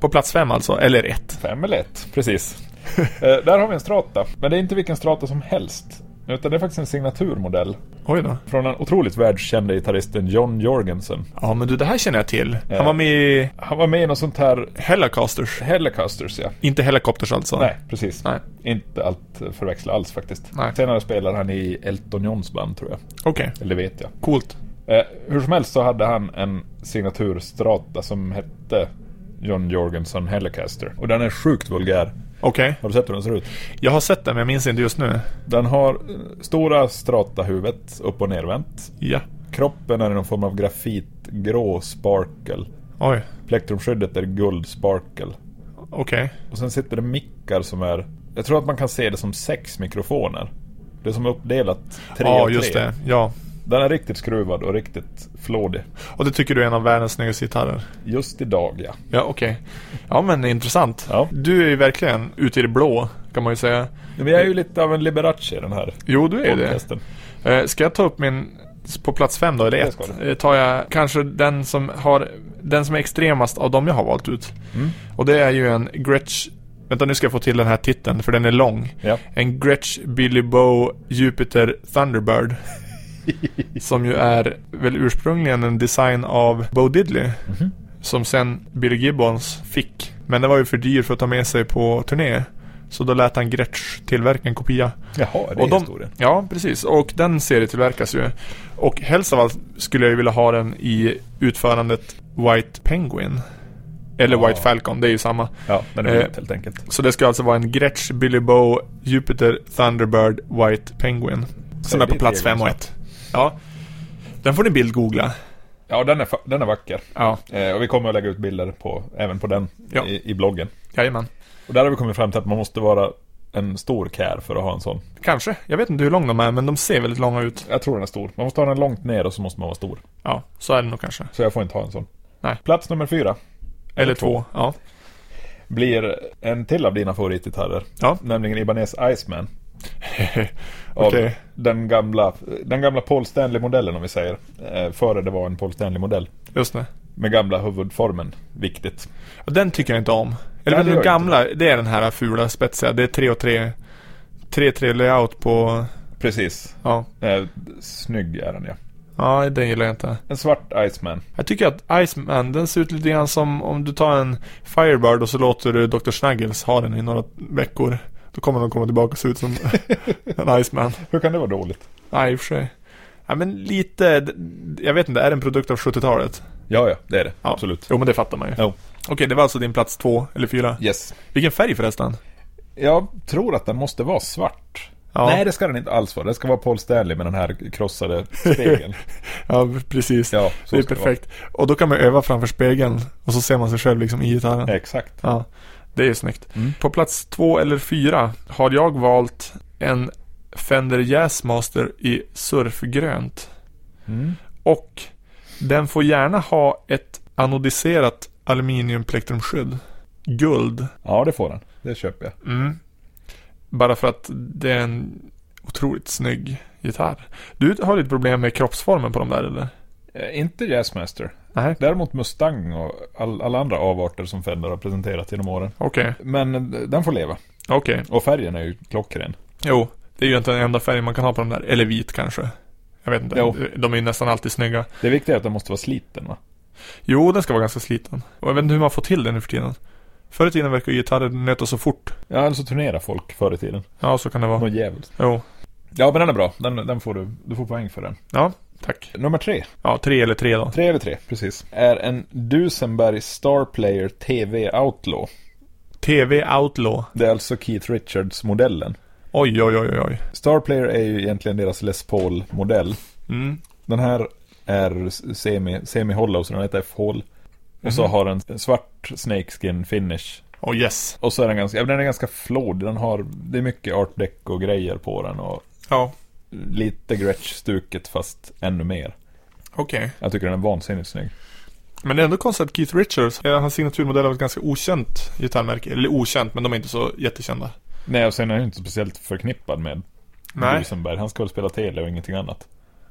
På plats fem alltså, eller ett. Fem eller ett, precis. eh, där har vi en Strata. Men det är inte vilken Strata som helst. Utan det är faktiskt en signaturmodell Oj då. Från den otroligt världskände gitarristen John Jorgensen. Ja men du, det här känner jag till. Ja. Han var med i Han var med i något sånt här Helicasters. Helicasters ja. Inte Helicopters alltså? Nej, precis. Nej. Inte allt förväxla alls faktiskt. Nej. Senare spelade han i Elton Johns band tror jag. Okej, Eller vet jag. coolt. Eh, hur som helst så hade han en signaturstrata som hette John Jorgensen Helicaster. Och den är sjukt vulgär. Okej. Har du sett hur den ser ut? Jag har sett den men jag minns inte just nu. Den har eh, stora stratahuvudet upp och nervänt. Ja. Kroppen är någon form av grafitgrå sparkel. Oj. Plektrumskyddet är guld sparkel. Okej. Och sen sitter det mickar som är... Jag tror att man kan se det som sex mikrofoner. Det är som uppdelat tre Ja, och tre. just det. Ja. Den är riktigt skruvad och riktigt flådig. Och det tycker du är en av världens snyggaste gitarrer? Just idag ja. Ja, okej. Ja, men intressant. Ja. Du är ju verkligen ute i det blå, kan man ju säga. Men jag är ju lite av en Liberace i den här Jo, du är ju Mm. det. podcasten. Eh, Ska jag ta upp min på plats fem då, eller Det ska ett? du. Eh, Tar jag kanske den som har den som är extremast av dem jag har valt ut. <laughs> Mm. Och det är ju en Gretsch Vänta nu ska jag få till den här titeln för den är lång. Ja. En Gretsch Billy Bow Jupiter <laughs> Thunderbird. som ju är väl ursprungligen en design av Bo Diddley. Mhm. Som sen Billy Gibbons fick. Men den var ju för dyr för att ta med sig på turné. Så då lät han Gretsch tillverka en kopia. Jaha, det är Och de- historien. Ja, precis. Och den serietillverkas ju. Och helst av allt skulle jag ju vilja ha den i utförandet White Penguin. Eller Ja. White Falcon, det är ju samma. Ja, den är Eh, vit helt enkelt. Så det ska alltså vara en Gretsch, Billy Bow, Jupiter, Thunderbird, White Penguin. Som Säg är på ditt plats eget 5 och 1. Ja. Den får ni bildgoogla. Ja, den är, fa- den är vacker. Ja, Eh, och vi kommer att lägga ut bilder på, även på den Ja. i, i bloggen. jajamän. Och där har vi kommit fram till att man måste vara en stor kär för att ha en sån. Kanske. Jag vet inte hur lång de är, men de ser väldigt långa ut. Jag tror den är stor. Man måste ha den långt ner och så måste man vara stor. Ja, så är det nog kanske. Så jag får inte ha en sån. Nej. Plats nummer fyra Eller två. Ja. blir en till av dina favoritgitarrer. <laughs> Ja. Nämligen Ibanez Iceman. Av Okej. den, gamla, den gamla Paul Stanley-modellen om vi säger. Eh, före det var en Paul Stanley-modell. Just det. Med gamla huvudformen. Viktigt. Och Den tycker jag inte om. Eller väl Nej, det gör den jag inte. gamla, det är den här fula spetsiga. Det är 3 och 3. 3-3 layout på... Precis. Ja. Eh, snygg är den ja. Ja, den gillar jag inte. En svart Iceman. Jag tycker att Iceman, den ser ut lite grann som om du tar en Firebird och så låter du Dr. Snuggles ha den i några veckor. Då kommer de komma tillbaka och se ut <laughs> som en Iceman. Hur kan det vara dåligt? Nej, i och för sig. Ja, men lite... d- Jag vet inte, är det en produkt av 70-talet? Ja, ja, det är det. Ja. Absolut. Jo, men det fattar man ju. Jo. Okej, det var alltså din plats två, eller fyra. Yes. Vilken färg förresten? Jag tror att den måste vara svart. Ja, Nej, det ska den inte alls vara. Det ska vara Paul Stanley med den här krossade <laughs> spegeln. ja precis. Ja, så det är ska perfekt. Och då kan man öva framför spegeln och så ser man sig själv liksom i gitarren. Det vara. Exakt. Ja, det är ju snyggt. Mm. På plats två eller fyra har jag valt en Fender Jazzmaster i surfgrönt. Mm. Och den får gärna ha ett anodiserat aluminiumplektrumskydd. Guld. Ja, det får den. Det köper jag. Mm. Bara för att det är en otroligt snygg gitarr. Du har lite problem med kroppsformen på de där eller? Eh, inte Jazzmaster. Nej, Däremot Mustang och all, alla andra avarter som Fender har presenterat genom åren. okej. Men eh, den får leva. Okej. Och färgen är ju klockren. Jo, det är ju inte den enda färgen man kan ha på de där. Eller vit kanske. Jag vet inte. Jo. De är ju nästan alltid snygga. Det viktiga är att den måste vara sliten va? Jo, den ska vara ganska sliten. Och jag vet inte hur man får till den nu för tiden. Förr i tiden verkar ju gitarrer nöta så fort. Ja, eller så turnerar folk förr i tiden. Ja, så kan det vara. Något djävulskt. Jo. Ja, men den är bra. Den, den får du. Du får poäng för den. Ja, tack. Nummer tre. Ja, tre eller tre då. Tre över tre, precis. Är en Dusenberg Star Player TV Outlaw. TV Outlaw. Det är alltså Keith Richards-modellen. Oj, oj, oj, oj, oj. Star Player är ju egentligen deras Les Paul-modell. Mm. Den här är semi, semi-hollow, så den heter F-hål. Och så Mhm. har den en svart snakeskin finish. Oh yes. Och så är den ganska, ja, men den är ganska flådig. Den har, det är mycket art deco och grejer på den och Ja, lite Gretsch-stuket fast ännu mer. okej. Jag tycker den är vansinnigt snygg. Men det är ändå konstigt att Keith Richards, eh, hans signaturmodell av ett ganska okänt gitarrmärke. Eller okänt, men de är inte så jättekända. Nej, och sen är den ju inte speciellt förknippad med Dusenberg. Han ska väl spela tele och ingenting annat.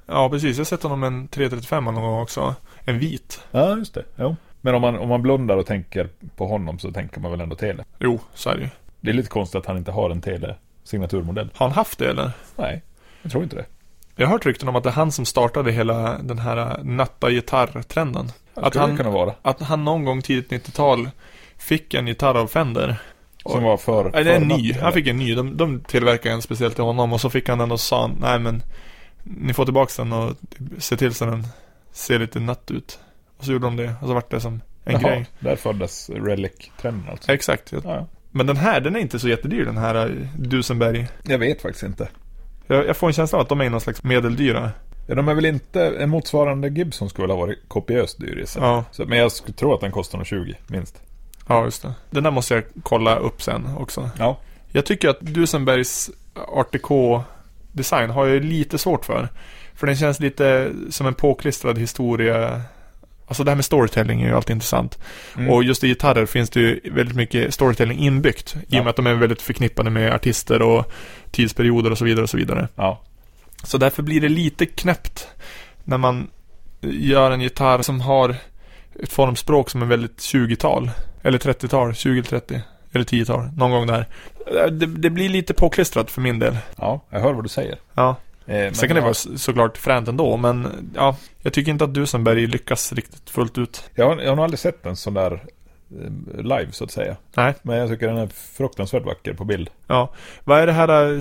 Ja, precis. Jag har sett honom med en 335 någon gång också. En vit. Ja, just det. Jo. Men om man, om man blundar och tänker på honom så tänker man väl ändå tele. Jo, så är det ju. Det är lite konstigt att han inte har en tele-signaturmodell. Har han haft det eller? Nej, jag tror inte det. Jag har hört rykten om att det är han som startade hela den här eh, natta gitarrtrenden. Att Att skulle det han, kunna vara. att han någon gång tidigt 90-tal fick en gitarr av Fender. Som var för... Nej, det är en förnatt, ny. eller? Han fick en ny. De, de tillverkade en speciellt till honom och så fick han den och sa han, nej men ni får tillbaka den och se till så den ser lite natt ut. Och så gjorde de det och så vart det som en Jaha, grej. Där föddes relic-trenden alltså. Exakt. Jag Ja, ja. Men den här, den är inte så jättedyr den här eh, Dusenberg. Jag vet faktiskt inte. Jag, jag får en känsla av att de är någon slags medeldyra. Ja, de är väl inte, en motsvarande Gibson skulle väl ha varit kopiöst dyr i sig. Ja, Så, men jag skulle tro att den kostar nog 20 minst. ja just det. Den där måste jag kolla upp sen också. Ja. Jag tycker att Dusenbergs Art Deco-design har jag lite svårt för. För den känns lite som en påklistrad historia. Alltså det här med storytelling är ju alltid intressant. Mm. Och just i gitarrer finns det ju väldigt mycket storytelling inbyggt. I Ja. och med att de är väldigt förknippade med artister och tidsperioder och så vidare och så vidare. ja. Så därför blir det lite knäppt när man gör en gitarr som har ett formspråk som är väldigt 20-tal. Eller 30-tal, 20-30. Eller 10-tal, någon gång där. Det, det blir lite påklistrat för min del. Ja, jag hör vad du säger. Ja. Eh, men Sen kan det jag- vara s- såklart fränt ändå, men ja. Jag tycker inte att Dusenberg lyckas riktigt fullt ut. Jag har, jag har nog aldrig sett en sån där eh, live så att säga. Nej. Men jag tycker den är fruktansvärt vacker på bild. Ja. Vad är det här eh,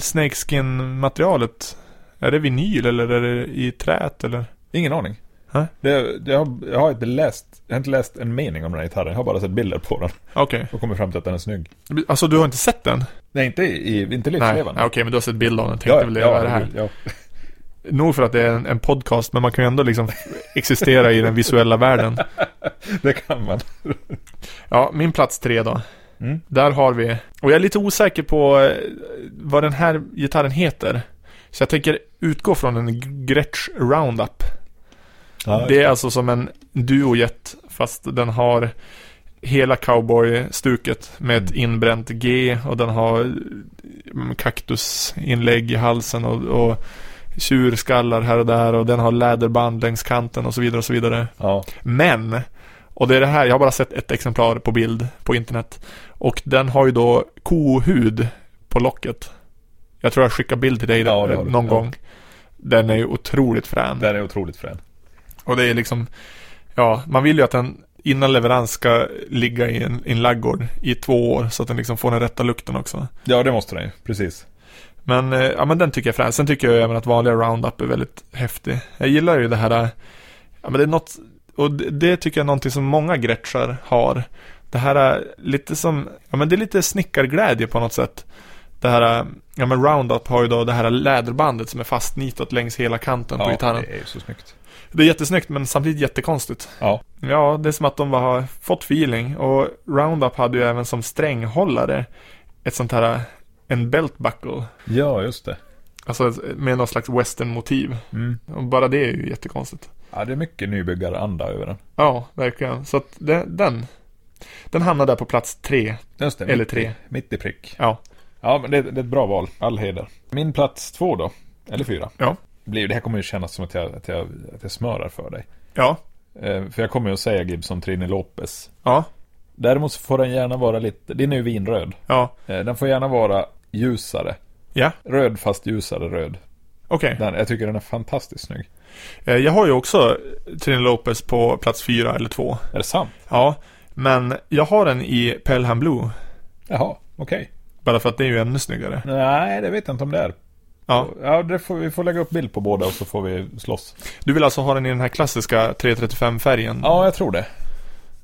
snakeskin-materialet? Är det vinyl eller är det i träet eller? Ingen aning. Hä? Det, jag, har, jag, har inte läst, jag har inte läst en mening om den här gitarren. Jag har bara sett bilder på den Okej. och kommit fram till att den är snygg. Alltså du har inte sett den? Nej, inte i, i- inte i Nej. Ja, livslevande. Okej, men du har sett bild av den. Tänkte väl det. vad är det här? herregud, Ja. Nog för att det är en, en podcast, men man kan ju ändå liksom existera i den visuella världen. Det kan man. Ja, min plats tre då. Mm. Där har vi... Och jag är lite osäker på eh, vad den här gitarren heter. Så jag tänker utgå från en Gretsch Roundup. Ja, det är alltså som en duojet, fast den har hela cowboy-stuket med ett Mm. inbränt G och den har mm, kaktusinlägg i halsen och, och tjurskallar här och där och den har läderband längs kanten och så vidare och så vidare. ja. Men, och det är det här, jag har bara sett ett exemplar på bild på internet. Och den har ju då kohud på locket. Jag tror jag skickar bild till dig eh, Ja, det har du. någon Ja. gång. Den är ju otroligt frän. Den är otroligt frän. Och det är liksom, ja, man vill ju att den innan leverans ska ligga i en, i en laggård i två år så att den liksom får den rätta lukten också. Ja, det måste den ju. Precis. Men, eh, ja men den tycker jag är frän. Sen tycker jag även att vanliga Roundup är väldigt häftig. Jag gillar ju det här, eh, ja men det är något, och det, det tycker jag är någonting som många Gretschar har. Det här är lite som, ja men det är lite snickarglädje på något sätt. Det här, eh, ja men Roundup har ju då det här läderbandet som är fastnitat längs hela kanten på Ja, gitarren. det är ju så snyggt. Det är jättesnyggt men samtidigt jättekonstigt. Ja. Ja, det är som att de bara har fått feeling och Roundup hade ju även som stränghållare ett sånt här, eh, en belt buckle. Ja, just det. Alltså med någon slags western-motiv. Mm. Och bara det är ju jättekonstigt. Ja, det är mycket nybyggaranda över den. Ja, verkligen. Så att det, den, den hamnar där på plats tre. Just det, Eller mitt i- tre. Mitt i prick. Ja. Ja, men det, det är ett bra val. All heder. Min plats två då, eller fyra. Ja. Blir, det här kommer ju kännas som att jag, att jag, att jag smörar för dig. Ja. Eh, för jag kommer ju att säga Gibson Trini Lopez. Ja. Däremot så får den gärna vara lite, den är ju vinröd. Ja. Eh, den får gärna vara ljusare. Ja. Röd fast ljusare röd. Okej. Den, jag tycker den är fantastiskt snygg. Eh, Jag har ju också Trin Lopez på plats fyra eller två. Är det sant? Ja. Men jag har den i Pelham Blue. Jaha, okej. Bara för att det är ju ännu snyggare. Nej, det vet jag inte om det är. Ja. ja det får, vi får lägga upp bild på båda och så får vi slåss. Du vill alltså ha den i den här klassiska 335-färgen? Ja, jag tror det.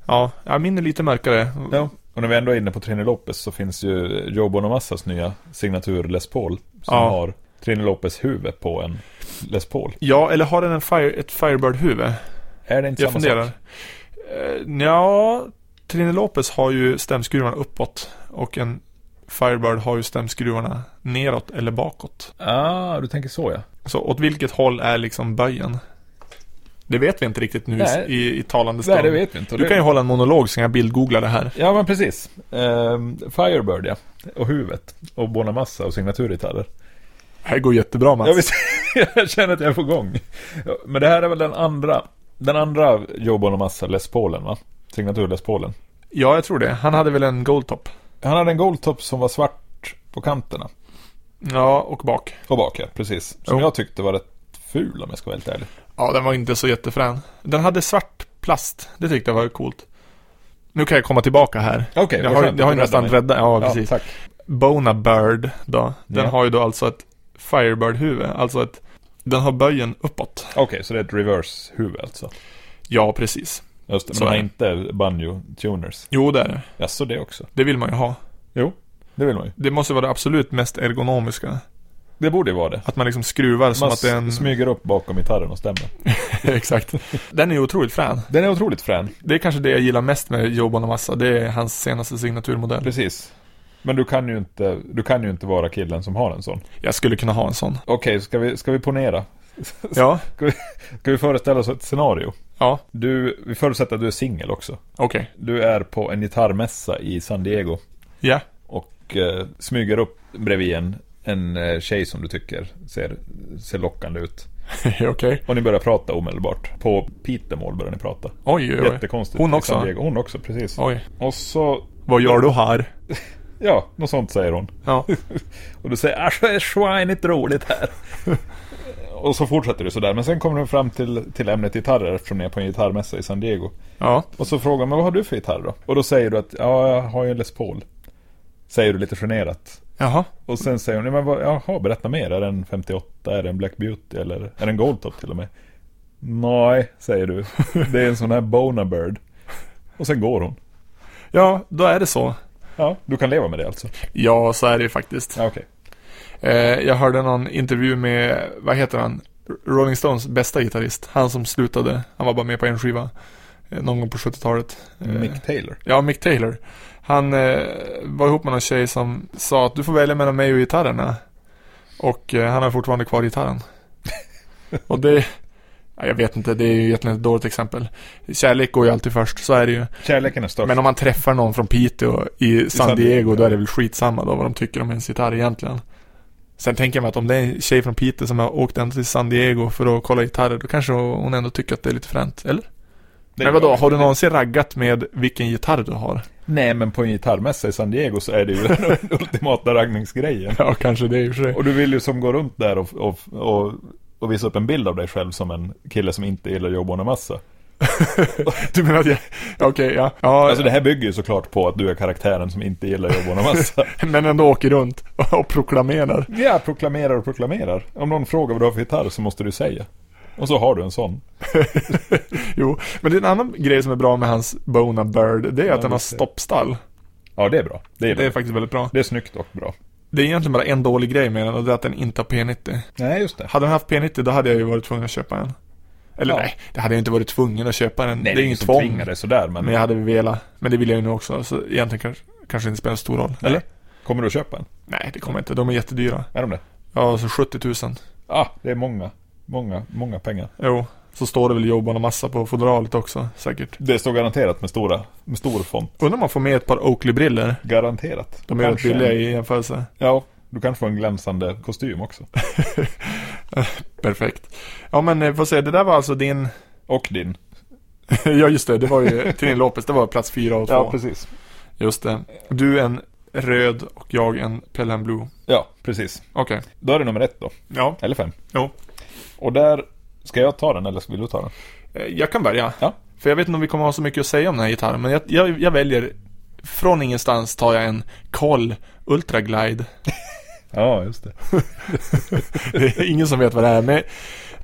ja. Ja, min är lite mörkare. Ja. Och när vi ändå är inne på Trini Lopez så finns ju Joe Bonamassas nya signatur Les Paul. Som Ja. har Trini Lopez huvud på en Les Paul. Ja, eller har den en fire, ett Firebird-huvud? Är det inte Jag samma funderar. sak? Uh, ja, Trini Lopez har ju stämskruvarna uppåt och en Firebird har ju stämskruvarna neråt eller bakåt. Ah, du tänker så ja. Så åt vilket håll är liksom böjen? Det vet vi inte riktigt nu i- Nej. i, i talande stund. Nej, det vet vi inte. Och Du det- kan ju hålla en monolog så jag bildgooglar det här. Ja, men precis. Ehm, Firebird ja. Och huvudet. Och Bonamassa och signaturgitarrer. Det här går jättebra Mats. Jag, vet, <laughs> jag känner att jag är på gång. Ja, Men det här är väl den andra. Den andra Joe Bonamassa Les Paulen va? Signatur Les Paulen. Ja, jag tror det. Han hade väl en Goldtop? Han hade en goldtop som var svart på kanterna. Ja, och bak. Och bak ja, precis. Som Jo. jag tyckte var rätt ful om jag ska vara helt ärlig. Ja, den var inte så jättefrän. Den hade svart plast. Det tyckte jag var coolt. Nu kan jag komma tillbaka här. Okej, Jag har, jag har ju nästan räddat, ja, Ja, precis. tack. Bona Bird då. Den Ja. har ju då alltså ett Firebird-huvud. Alltså ett... Den har böjen uppåt. Okej, så det är ett reverse-huvud alltså. Ja, precis. Just det, Så men är är det. inte banjo-tuners. Jo, det är det. Jaså, det också? Det vill man ju ha. Jo, det vill man ju. Det måste vara det absolut mest ergonomiska. Det borde ju vara det. Att man liksom skruvar som Man att det är en... smyger upp bakom gitarren och stämmer. <laughs> Exakt. Den är ju otroligt frän. Den är otroligt frän. Det är kanske det jag gillar mest med Joe Bonamassa. Det är hans senaste signaturmodell. Precis. Men du kan ju inte, du kan ju inte vara killen som har en sån. Jag skulle kunna ha en sån. Okej, ska, vi, ska vi ponera? Ja, Ska vi föreställa oss ett scenario? ja, Du, vi förutsätter att du är singel också. okej. Du är på en gitarrmässa i San Diego Ja, och eh, smyger upp bredvid en, en eh, tjej som du tycker ser, ser lockande ut. <laughs> okej. Och ni börjar prata omedelbart. På Pitemål börjar ni prata. Oj, oj, oj. Jättekonstigt. Hon i också? San Diego. Hon också, precis. Oj. Och så, Vad gör du här? ja, något sånt säger hon. Ja, Och du säger "Asch, det är schweinigt roligt här. <laughs> och så fortsätter du sådär. Men sen kommer du fram till, till ämnet gitarrer eftersom ni är på en gitarrmässa i San Diego. ja, Och så frågar man vad har du för gitarr då? Och då säger du att ja, jag har ju en Les Paul. Säger du lite generat. jaha. Och sen säger hon, "Ja, men vad, jaha, berätta mer. Är det en 58? Är det en Black Beauty? Eller är det en Goldtop till och med? Nej, säger du. Det är en sån här Bonabird. Och sen går hon. Ja, då är det så. Ja, du kan leva med det alltså? Ja, så är det ju faktiskt. Ja, okej. Eh, jag hörde någon intervju med, vad heter han? Rolling Stones bästa gitarrist. Han som slutade. Han var bara med på en skiva. eh, Någon gång på 70-talet. Eh, Mick Taylor. Ja, Mick Taylor. Han eh, var ihop med någon tjej som sa att du får välja mellan mig och gitarrerna. Och eh, han har fortfarande kvar gitarren. och det... Ja, jag vet inte, det är ju egentligen ett dåligt exempel. Kärlek går ju alltid först, så är det ju. Kärleken är störst. Men om man träffar någon från Piteå i San San Diego, Diego, då ja. är det väl skitsamma då vad de tycker om ens gitarr egentligen. Sen tänker jag mig att om det är en tjej från Piteå som har åkt ända till San Diego för att kolla gitarrer, då kanske hon ändå tycker att det är lite fränt, eller? Det är Men vadå, bra. har du någonsin raggat med vilken gitarr du har? Nej, men på en gitarrmässa i San Diego så är det ju <laughs> den ultimata raggningsgrejen. <laughs> Ja, kanske det i och för sig. Och du vill ju som gå runt där och, och, och, och visa upp en bild av dig själv som en kille som inte gillar Joe Bonamassa. <laughs> Du menar att jag... ja, Okej, ja. ja Alltså det här bygger ju såklart på att du är karaktären som inte gillar Joe Bonamassa. Men ändå åker runt och proklamerar. <laughs> <laughs> ja, proklamerar och proklamerar. Om någon frågar vad du har för gitarr så måste du säga. Och så har du en sån. Jo, men det är en annan grej som är bra med hans Bona Bird. Det är att Ja, den har just det. stoppstall. Ja, det är bra. Det är, Det är det. faktiskt väldigt bra. Det är snyggt och bra. Det är egentligen bara en dålig grej med den och det är att den inte har P90. Nej, just det. Hade den haft P90 då hade jag ju varit tvungen att köpa en. Eller Ja. nej, det hade jag inte varit tvungen att köpa den. Nej, det är ju ingen inget som tvång. tvingar dig sådär, men... Men jag hade velat. Men det vill jag ju nu också, så egentligen kanske, kanske inte spelar så stor roll. Nej. Eller? Kommer du att köpa en? Nej, det kommer jag inte. De är jättedyra. Är de det? Ja, så 70 000. Ah, det är många. Många, många pengar. Jo. Så står det väl jobban och massa på fodralet också, säkert. Det står garanterat med stora, med stor font. Undrar om man får med ett par Oakley-briller. Garanterat. De är rätt Kanske en- billiga i jämförelse. Ja, du kan få en glänsande kostym också. Perfekt. Ja men eh, får se, det där var alltså din... Och din. <laughs> ja just det, det var ju Trin Lopez, det var plats fyra och två. precis. Just det. Du en röd och jag en Pelham Blue. Ja, precis. Okej. Då är det nummer ett då. Ja. Eller fem. Jo. Och där, ska jag ta den eller vill du ta den? Eh, Jag kan börja. Ja. För jag vet inte om vi kommer ha så mycket att säga om den här gitarren, men jag, jag, jag väljer... Från ingenstans tar jag en Koll Ultra <laughs> Glide. Ja, just det. Det är ingen som vet vad det är, men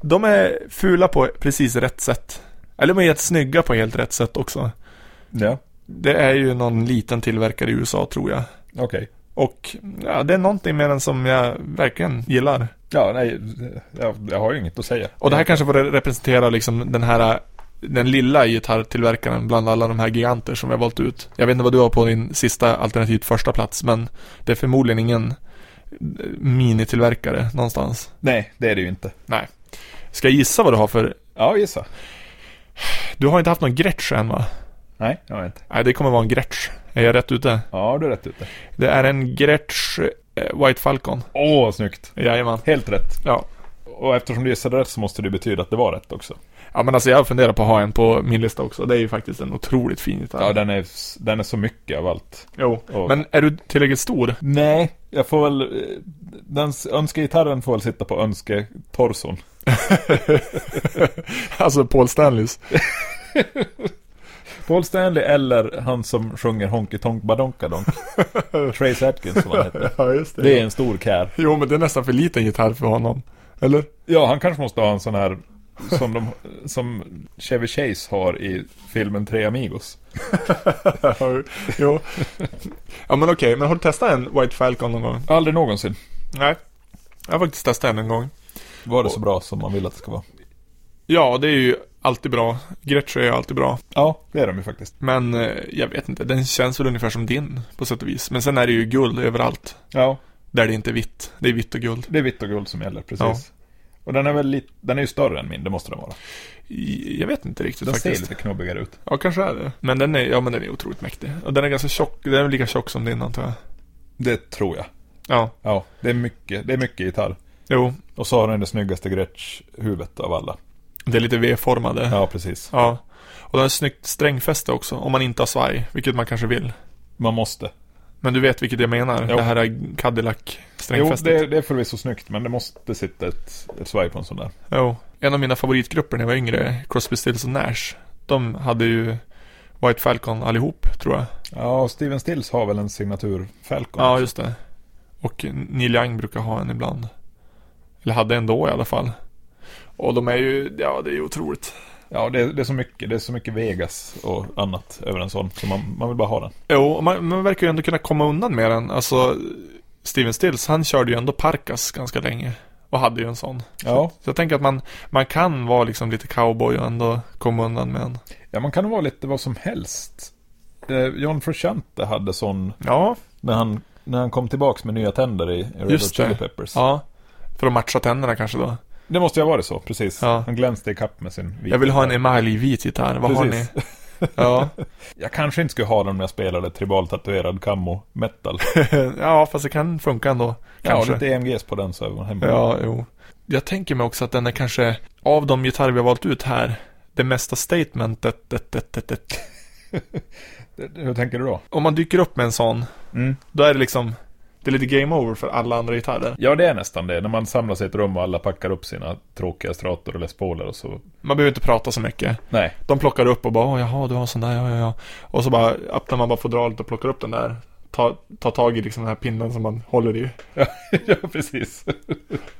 de är fula på precis rätt sätt. Eller de är helt snygga på helt rätt sätt också. Ja, Det är ju någon liten tillverkare i USA tror jag. okej. Och ja, det är någonting med den som jag verkligen gillar. Ja, nej, jag, jag har ju inget att säga. Och det här kanske får representera liksom den här den lilla gitarrtillverkaren bland alla de här giganter som vi har valt ut. Jag vet inte vad du har på din sista alternativt första plats men det är förmodligen ingen eh, minitillverkare någonstans. Nej, det är det ju inte. Ska jag gissa vad du har för... Ja, gissa. Du har inte haft någon Gretsch än va? Nej, jag har inte. Nej, det kommer vara en Gretsch. Är jag rätt ute? Ja, du är rätt ute. Det är en Gretsch eh, White Falcon. Åh, vad snyggt. Jajamän. Helt rätt. Ja. Och eftersom du gissade rätt så måste det betyda att det var rätt också. Ja men alltså jag funderar på att ha en på min lista också. Det är ju faktiskt en otroligt fin gitarr. Ja, den är, den är så mycket av allt. Jo. Och- Men är du tillräckligt stor? Nej, jag får väl... eh, Den s- önskegitarren får väl sitta på önsketorson. <laughs> alltså Paul <laughs> Stanleys. Paul Stanley eller han som sjunger Honky Tonk Badonkadonk. <laughs> Trace Atkins som han heter. ja just Det är en stor kär. <laughs> Jo men det är nästan för liten gitarr för honom. Eller? Ja, han kanske måste ha en sån här som, de, som Chevy Chase har i filmen Tre Amigos. jo. Ja men okej, men har du testat en White Falcon någon gång? Aldrig någonsin Nej. Jag har faktiskt testat en en gång. var det så bra som man vill att det ska vara. Ja, det är ju alltid bra. Gretsch är ju alltid bra. Ja, det är de ju faktiskt. Men eh, jag vet inte, den känns väl ungefär som din på sätt och vis. Men sen är det ju guld överallt. Ja, Där det inte är vitt. Det är vitt och guld. det är vitt och guld som gäller, precis. Ja. Och den är väl lite, den är ju större än min, det måste den vara. I- Jag vet inte riktigt Den faktiskt. ser lite knobbigare ut. Ja, kanske är det. Men den är, ja men den är otroligt mäktig. Och den är ganska tjock. Den är väl lika tjock som din antar jag. Det tror jag. Ja, Ja, det är mycket, det är mycket gitarr. jo. Och så har den det snyggaste Gretsch-huvudet av alla. Det är lite V-formade. Ja. Ja, precis. Och den har snyggt strängfäste också. Om man inte har svaj, vilket man kanske vill. Man måste. Men du vet vilket jag menar. Jo. Det här är Jo, Cadillac-strängfästet. det, det är förvisso snyggt, men det måste sitta ett, ett svaj på en sån där. Jo. En av mina favoritgrupper när jag var yngre, Crosby, Stills och Nash. De hade ju White Falcon allihop, tror jag. Ja, och Steven Stills har väl en signatur Falcon? Ja, just det. Och Neil Young brukar ha en ibland. Eller hade en då i alla fall. Och de är ju, ja det är ju otroligt. ja det, det, är så mycket, det är så mycket Vegas och annat över en sån, så man, man vill bara ha den. Jo, man, man verkar ju ändå kunna komma undan med den. Alltså, Steven Stills, han körde ju ändå Parkas ganska länge. Och hade ju en sån. Ja, Så jag tänker att man, man kan vara liksom lite cowboy och ändå komma undan med en. ja man kan vara lite vad som helst. Eh, John Frusciante hade sån Ja, när han, när han kom tillbaks med nya tänder i i Red Hot Just det. Chili Peppers. ja. För att matcha tänderna kanske då. Det måste ju ha varit så, precis. Ja. Han glänste i kapp med sin vita Jag vill ha en gitarr. emaljvit gitarr. Vad Precis. har ni? <laughs> Ja. Jag kanske inte skulle ha den om jag spelade tribaltatuerad kammo <laughs> metal. ja, fast det kan funka ändå. Ja, Kanske. lite EMGs på den så är man hemma. Ja, jo. Jag tänker mig också att den är kanske, av de gitarrer vi har valt ut här, det mesta statementet, det, det, det, det. Det- det- Hur tänker du då? om man dyker upp med en sån, då är det liksom, det är lite game over för alla andra gitarrer. Ja, det är nästan det. När man samlas i ett rum och alla packar upp sina tråkiga strator och Les Pauler och så. Man behöver inte prata så mycket. Nej. <laughs> De plockar upp och bara, "Åh, jaha, du har en sån där, ja, ja, ja. Och så bara öppnar man bara fodralet och plockar upp den där. Ta, ta tag i liksom den här pinnen som man håller i. <laughs> ja, precis. <laughs>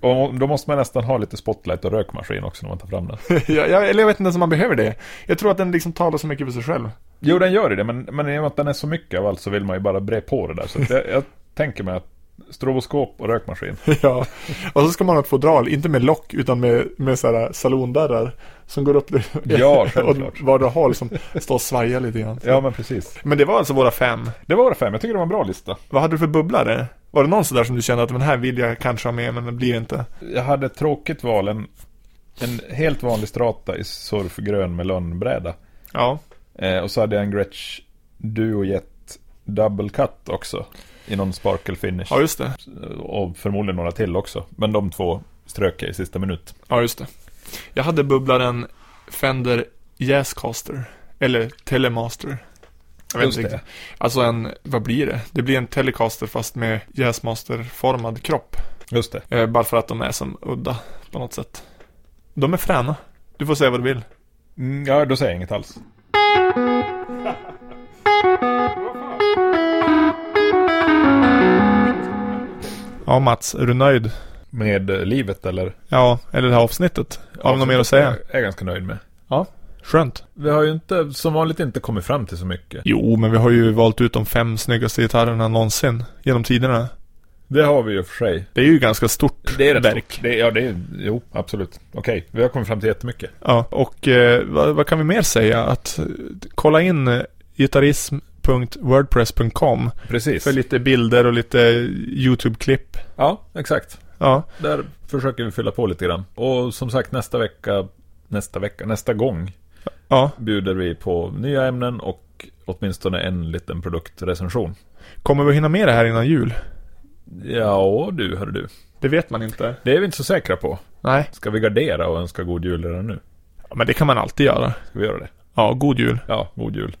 och då måste man nästan ha lite spotlight och rökmaskin också när man tar fram den. jag, jag, eller jag vet inte ens om man behöver det. Jag tror att den liksom talar så mycket för sig själv. <laughs> Jo, den gör ju det, men, men i och med att den är så mycket av allt så vill man ju bara bre på det där. Så att jag, jag tänker mig att stroboskop och rökmaskin. Ja, och så ska man ha ett fodral, inte med lock utan med, med så här salondörrar som går upp <laughs> Ja, åt självklart. vardera håll som står och svajar lite grann. Ja, men precis. Men det var alltså våra fem. Det var det fem. Jag tycker det var en bra lista. Vad hade du för bubblare? Var det någon sådär som du kände att den här vill jag kanske ha med men det blir inte? Jag hade ett tråkigt val. En, en helt vanlig strata i surfgrön med lönnbräda. Ja. Eh, och så hade jag en Gretsch Duojet Double Cut också. I någon sparkle finish. Ja, just det. Och förmodligen några till också. Men de två strök jag i sista minut. Ja, just det. Jag hade bubblaren Fender Jazzcaster. Eller Telemaster. Jag vet Just inte det. riktigt. Alltså en, vad blir det? Det blir en Telecaster fast med Jazzmaster-formad kropp. Just det. Eh, bara för att de är som udda på något sätt. De är fräna. Du får säga vad du vill. Mm, ja, då säger jag inget alls. Ja, Mats. Är du nöjd? Med eh, livet eller? Ja, eller det här avsnittet. Har vi något mer att säga? Jag är ganska nöjd med. Skönt. Vi har ju inte, som vanligt inte kommit fram till så mycket. Jo, men vi har ju valt ut de fem snyggaste gitarrerna någonsin genom tiderna. Det har vi ju för sig. Det är ju ganska stort Det är rätt verk. stort. Det, ja, det är, jo, absolut. Okej, vi har kommit fram till jättemycket. Ja, och eh, vad, vad kan vi mer säga? Att eh, kolla in eh, gitarrism.wordpress.com Precis. för lite bilder och lite YouTube-klipp. Ja, exakt. Ja, Där försöker vi fylla på lite grann. Och som sagt, nästa vecka, nästa vecka, nästa gång ja. bjuder vi på nya ämnen och åtminstone en liten produktrecension. Kommer vi hinna med det här innan jul? Ja, du, hör du. Det vet man inte. Det är vi inte så säkra på. Nej. Ska vi gardera och önska god jul redan nu? Ja, Men det kan man alltid göra. Ska vi göra det? Ja, god jul. Ja, god jul.